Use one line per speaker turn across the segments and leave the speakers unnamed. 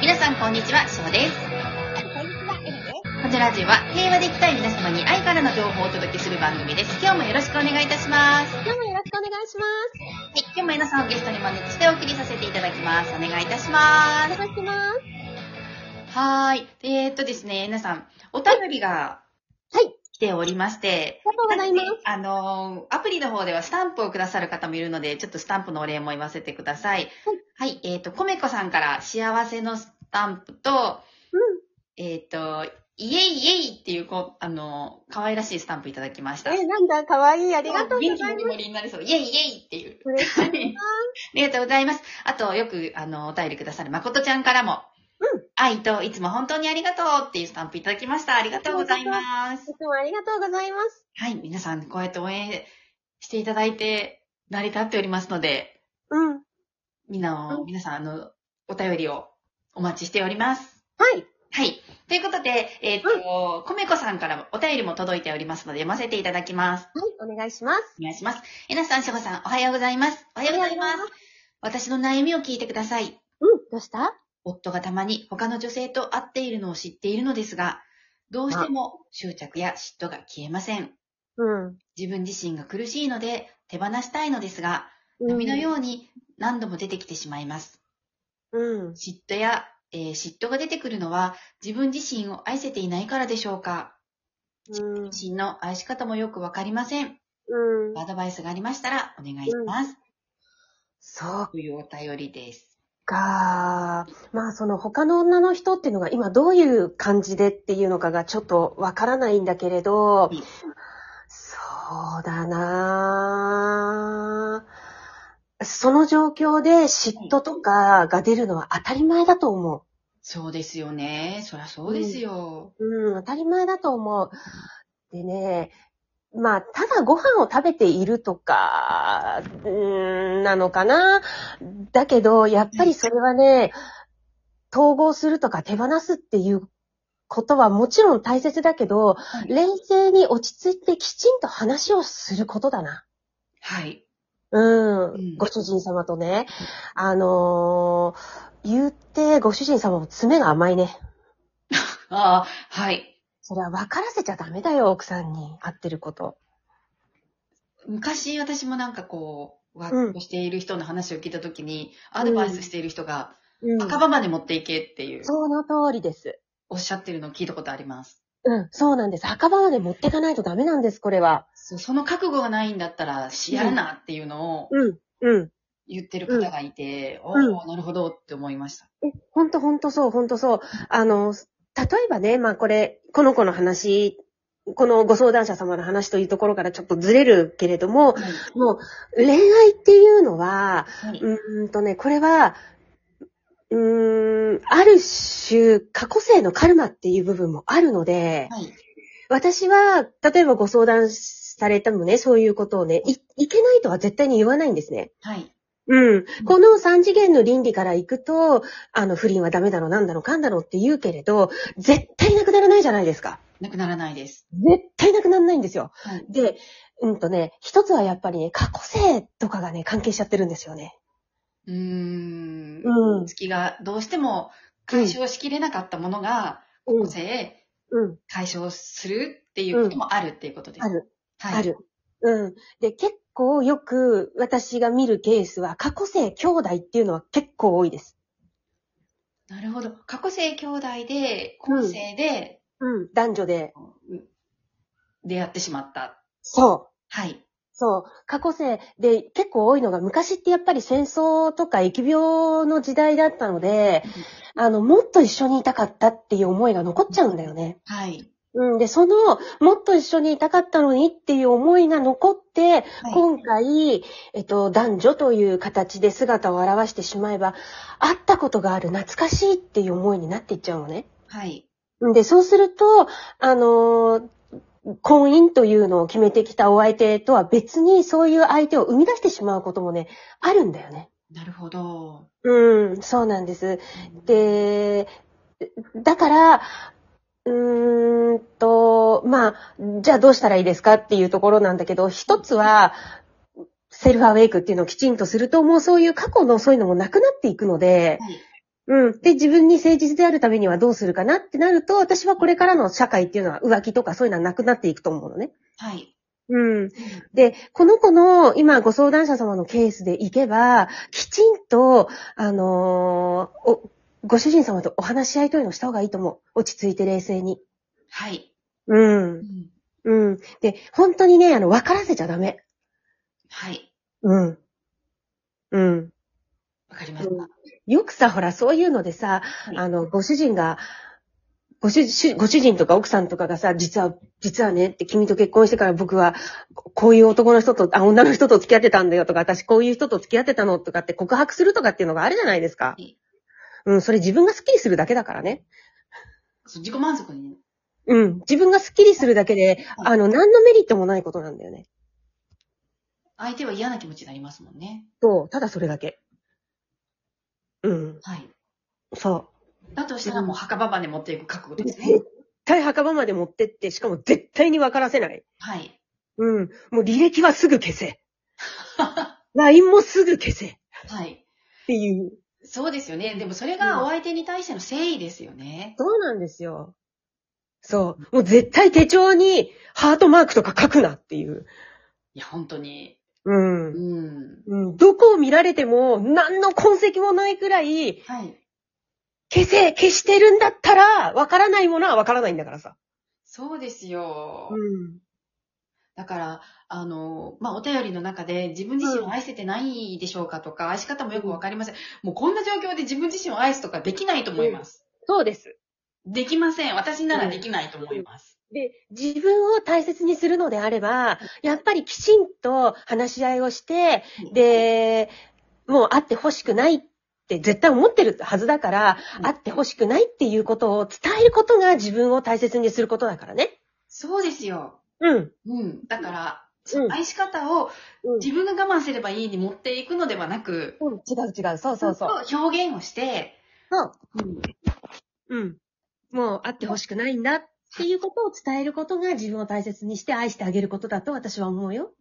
皆さんこんにちは、しほです。
こんにちは、エリです。
このラジオは平和でいきたい皆様に愛からの情報をお届けする番組です。今日もよろしくお願いいたします。はい、
今日もよろしくお願いします。
今日も皆さんをゲストにお招きしてお送りさせていただきます。お願いいたしま
お
す。
願いします。
はーい。えー、っとですね、皆さん、お便りが
はい
来ておりまして、
ありがとうございます。
あのーアプリの方ではスタンプをくださる方もいるので、ちょっとスタンプのお礼も言わせてください。はい、えーっと、コメコさんから幸せのスタンプと、えーっと、イエイイエイっていう、こう、あのー可愛らしいスタンプいただきました。
うん。え、なんだ、かわいい。あ
あ
りがとうございます
元気。のりになりそう。イエイイエイっていう。
嬉し い。
ありがとうございます。あと、よく、あの、お便りくださるまことちゃんからも、
う
愛といつも本当にありがとうっていうスタンプいただきました。ありがとうございます。
いつもありがとうございます。
はい、皆さん、こうやって応援していただいて、成り立っておりますので、
うん。は
みんな
う
を、
ん
皆さん、あの、お便りをお待ちしております。
い。
はい。ということで、えっ、と、コメコさんからもお便りも届いておりますので、読ませていただきます。
はい、お願いします。
お願いします。えなさん、しほさん、おはようございます。おはようございます
おはよう。
私の悩みを聞いてください。
うん。どうした
夫がたまに他の女性と会っているのを知っているのですが、どうしても執着や嫉妬が消えません。
うん。
自分自身が苦しいので手放したいのですが、海
海
の
う
ように何度も出てきてしまいます。
うん。
嫉妬や、えー嫉妬が出てくるのは自分自身を愛せていないからでしょうか
うん。
自身の愛し方もよくわかりません。
うん。
アドバイスがありましたらお願いします。
そう
というお便りです。
か。まあ、その他の女の人っていうのが今どういう感じでっていうのかがちょっとわからないんだけれど
うん、
そうだなあその状況で嫉妬とかが出るのは当たり前だと思う。
そうですよね。そりゃそうですよ。
うん、当たり前だと思う。でね、まあ、ただご飯を食べているとか、うーん、なのかな。だけど、やっぱりそれはね、統合するとか手放すっていうことはもちろん大切だけど、
い
冷静に落ち着いてきちんと話をすることだな。
はい。
うん、
うん
ご主人様とね。あのー言ってご主人様も爪が甘いね。
ああ、はい。
それは分からせちゃダメだよ、奥さんに。合ってること。
昔私もなんかこう、ワ
うん
ークしている人の話を聞いたときに、アドバイスしている人が、
うん
赤羽まで持っていけっていう、
その通りです。
おっしゃってるのを聞いたことあります。
うん、そうなんです。墓場まで持ってかないとダメなんです、これは。
そうその覚悟がないんだったら、しやるなっていうのを
うん、うん。
言ってる方がいて、
うん
おお、なるほどって思いました。
ほんとほんとそう、ほんとそう。あの、例えばね、まあこれ、この子の話、このご相談者様の話というところからちょっとずれるけれども、
はい。
もう、恋愛っていうのは、
はい。
うーんとね、これは、うーん、ある種、過去性のカルマっていう部分もあるので、
はい
私は、例えばご相談されてもね、そういうことをね、い、いけないとは絶対に言わないんですね。
はい。
うん。この三次元の倫理から行くと、あの、不倫はダメだろ、なんだろ、かんだろって言うけれど、絶対なくならないじゃないですか。
なくならないです。
絶対なくならないんですよ。
はい。
で、うんとね、一つはやっぱりね、過去性とかがね、関係しちゃってるんですよね。
うーん。
うん。
月がどうしても解消しきれなかったものが、
う
個
ん。
性、
うん。
解消するっていうこともあるっていうことです。
ある。
はい。
ある。うん。で、結構よく私が見るケースは、過去性兄弟っていうのは結構多いです。
なるほど。過去性兄弟で、今世で
うん。男女で。
出会ってしまった。
そう。
はい。
そう。過去世で結構多いのが、昔ってやっぱり戦争とか疫病の時代だったので、あの、もっと一緒にいたかったっていう思いが残っちゃうんだよね。
はい。
うん。で、その、もっと一緒にいたかったのにっていう思いが残って、
はい
今回、えっと、男女という形で姿を現してしまえば、会ったことがある懐かしいっていう思いになっていっちゃうのね。
はい。
で、そうすると、あのー婚姻というのを決めてきたお相手とは別にそういう相手を生み出してしまうこともね、あるんだよね。
なるほど。
うん、そうなんです。で、だから、うーんと、まあ、じゃあどうしたらいいですかっていうところなんだけど、一つは、セルフアウェイクっていうのをきちんとすると、もうそういう過去のそういうのもなくなっていくので、
はい。
うん。で、自分に誠実であるためにはどうするかなってなると、私はこれからの社会っていうのは浮気とかそういうのはなくなっていくと思うのね。
はい。
うん。で、この子の今ご相談者様のケースでいけば、きちんと、あのーお、ご主人様とお話し合いというのをした方がいいと思う。落ち着いて冷静に。
はい。
う。
うんん
うん。で、本当にね、あの、分からせちゃダメ。
はい。
うん。うん。
わかりました。
よくさ、ほら、そういうのでさ、
い
あの、ご主人が、ご主主ご主人とか奥さんとかがさ、実は、実はねって、君と結婚してから僕は、ここういう男の人と、あ、女の人と付き合ってたんだよとか、私こういう人と付き合ってたのとかって告白するとかっていうのがあるじゃないですか
はい。
うん、それ自分がスッキリするだけだからね。
そう自己満足にね。
うん、自分がスッキリするだけで、
はい
あの、何のメリットもないことなんだよね。
相手は嫌な気持ちになりますもんね。
そう、ただそれだけ。うん、
はい。
そう。
だとしたらもう墓場まで持っていく覚悟ですね。
絶対墓場まで持ってって、しかも絶対に分からせない。
はい。
うん。もう履歴はすぐ消せ。LINE もすぐ消せ。っ
はい。
ていう。
そうですよね。でもそれがお相手に対しての誠意ですよね。
そうなんですよ。そう。もう絶対手帳にハートマークとか書くなっていう。
いや、本当に。
うん。
うん。
うん、どこを見られても何の痕跡もないくらい、
はい。
消せ、消してるんだったら、わからないものはわからないんだからさ。
そうですよ。
ん。
だから、あの、まあ、お便りの中で自分自身を愛せてないでしょうかとか、愛し方もよくわかりません。もうこんな状況で自分自身を愛すとかできないと思います。
そうです。
できません。私ならできないと思います。
で、自分を大切にするのであれば、やっぱりきちんと話し合いをして、で、もう会ってほしくないって絶対思ってるはずだから、
うん
会ってほしくないっていうことを伝えることが自分を大切にすることだからね。
そうですよ。
うん。
うん。だから、
うん
愛し方を
うん
自分が我慢すればいいに持っていくのではなく、
うん、違う違う。そうそうそう。
ちゃんと表現をして、
そう
うん、
うん。もう会ってほしくないんだっていうことを伝えることが自分を大切にして愛してあげることだと私は思うよ。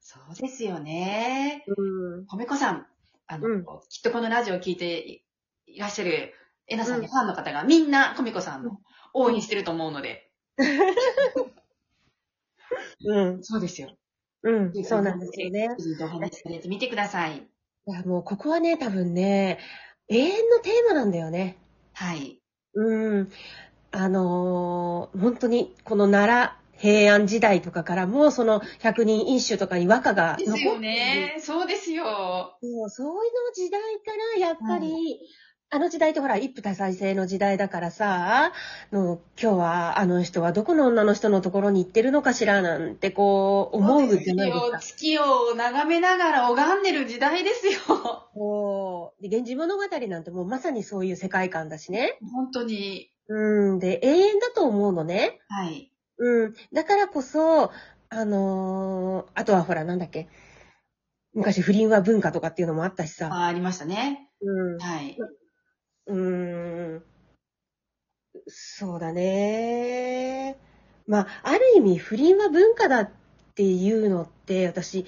そうですよね。
うん。
褒めこさん、あの、
うん
きっとこのラジオを聞いていいらっしゃる、えなさんのファンの方が、みんな、こめこさんの応援してると思うので。
うん。
そうですよ。
うん。そうなんですよね。
いいお話しされてみてください。
いや、もうここはね、多分ね、永遠のテーマなんだよね。
はい。
うん。あのー本当に、この奈良、平安時代とかからも、その百人一首とかに和歌が
です
残
よ
って
ね。そうですよ。
るそうそういうの時代から、やっぱり、あの時代ってほら、一夫多妻制の時代だからさ、の今日はあの人はどこの女の人のところに行ってるのかしらなんてこう思うじゃないですか。
月を眺めながら拝んでる時代ですよ。
こうで源氏物語なんてもうまさにそういう世界観だしね。
本当に。
うん。で、永遠だと思うのね。
はい。
うん。だからこそ、あのーあとはほら、なんだっけ。昔不倫は文化とかっていうのもあったしさ。
あありましたね。
うん。
はい。
うーん。そうだね。まあ、ある意味不倫は文化だっていうのって、私、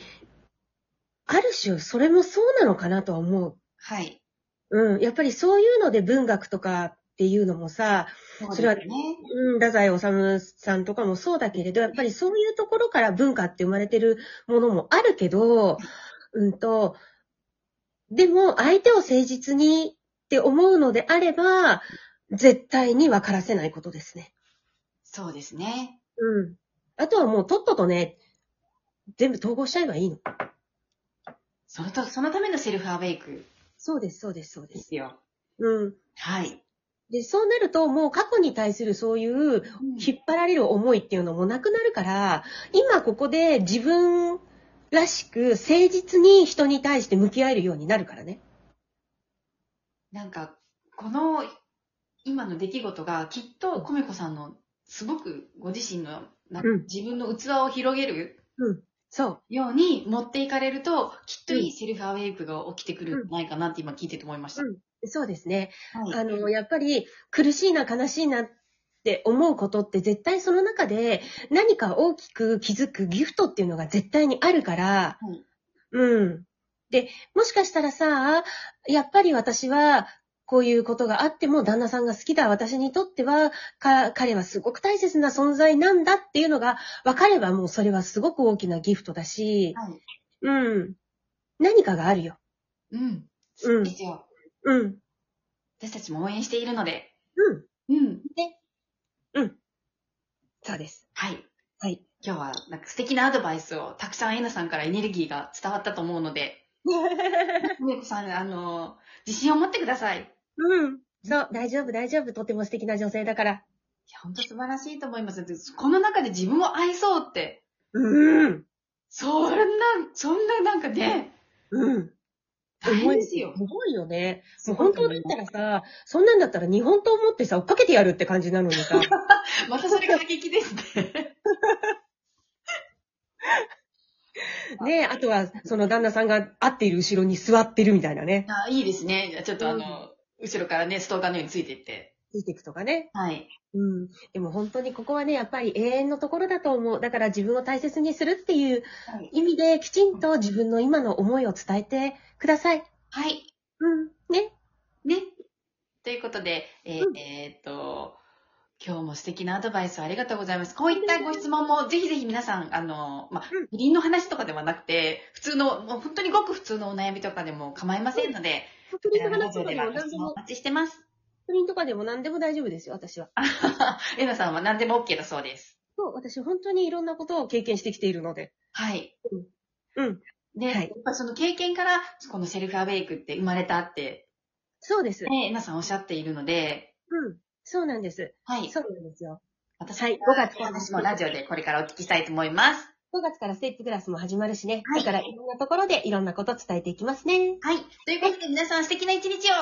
ある種それもそうなのかなとは思う。
はい。
うん。やっぱりそういうので文学とかっていうのもさ、
そうです
それは
ね。
うん、太宰治さんとかもそうだけれど、やっぱりそういうところから文化って生まれてるものもあるけど、うんと、でも相手を誠実にって思うのであれば、絶対に分からせないことですね。
そうですね。
うん。あとはもうとっととね、全部統合しちゃえばいいの。
そのと、そのためのセルフアウェイク
そうです、そうです、そうで。
ですすよ。
うん。
はい。
で、そうなるともう過去に対するそういう引っ張られる思いっていうのもなくなるから、今ここで自分らしく誠実に人に対して向き合えるようになるからね。
なんか、この、今の出来事が、きっと、コメコさんの、すごくご自身の、な
うん
自分の器を広げる
そう。
ように持っていかれると、きっといいセルフアウェイクが起きてくるんじゃないかなって今聞いてて思いました。
そうですね。
はい
あの、やっぱり苦しいな悲しいなって思うことって絶対その中で何か大きく気づくギフトっていうのが絶対にあるから、
はい
うん。で、もしかしたらさ、やっぱり私はこういうことがあっても、旦那さんが好きだ、私にとっては、か、彼はすごく大切な存在なんだっていうのが分かれば、もうそれはすごく大きなギフトだし、
はい。
うん。何かがあるよ。
うん。
うん
ですよ。
うん。
私たちも応援しているので。
うん。
うん。
そうです。
はい。
はい。
今日は、なんか素敵なアドバイスを、たくさんえなさんからエネルギーが伝わったと思うの で、梅子さん、あの、自信を持ってください。い
うん。そう、大丈夫、大丈夫。とても素敵な女性だから。
や、本当素晴らしいと思います。でこの中で自分を愛そうって、
うん。
そんな、そんななんかね、
うん。
大変ですよ
す。ごいよね。もう本当だったらさ、そんなんだったら日本刀持ってさ、追っかけてやるって感じなのに さ。
またそれが過激です ね。
ねえ、あとは、その旦那さんが会っている後ろに座ってるみたいなね。
あいいですね。じゃあちょっとあの、後ろからね、ストーカーのようについていって。
ついていくとかね。
はい。
うん。でも本当にここはね、やっぱり永遠のところだと思う。だから自分を大切にするっていう
はい。
意味で、きちんと自分の今の思いを伝えてください。
はい。
うん。ね。
ね。ということで、えー
うん
えーっと、今日も素敵なアドバイスをありがとうございます。こういったご質問も、ぜひぜひ皆さん、あの、まあ
うん、
不倫の話とかではなくて、普通の、もう本当にごく普通のお悩みとかでも構いませんので、こ
不
ちらのラ
話
ジオ
とか
で
で
は
も
ご
何
質
で
問お
も、
待ちして ます。
不倫とかでも何でも大丈夫ですよ、私は。
えなさんは何でも OK だそうです。
そう、私本当にいろんなことを経験してきているので。
はい。
うん。
で、
はい
やっぱりその経験から、このセルフアウェイクって生まれたって、
そうです。
ね、えなさんおっしゃっているので、
うん。そうなんです。
はい。
そうなんですよ。
私
はい
5月の話もラジオでこれからお聞きしたいと思います。
5月からステップクラスも始まるしね。
はい
だからいろんなところでいろんなこと伝えていきますね。
はい。ということで皆さん素敵な一日を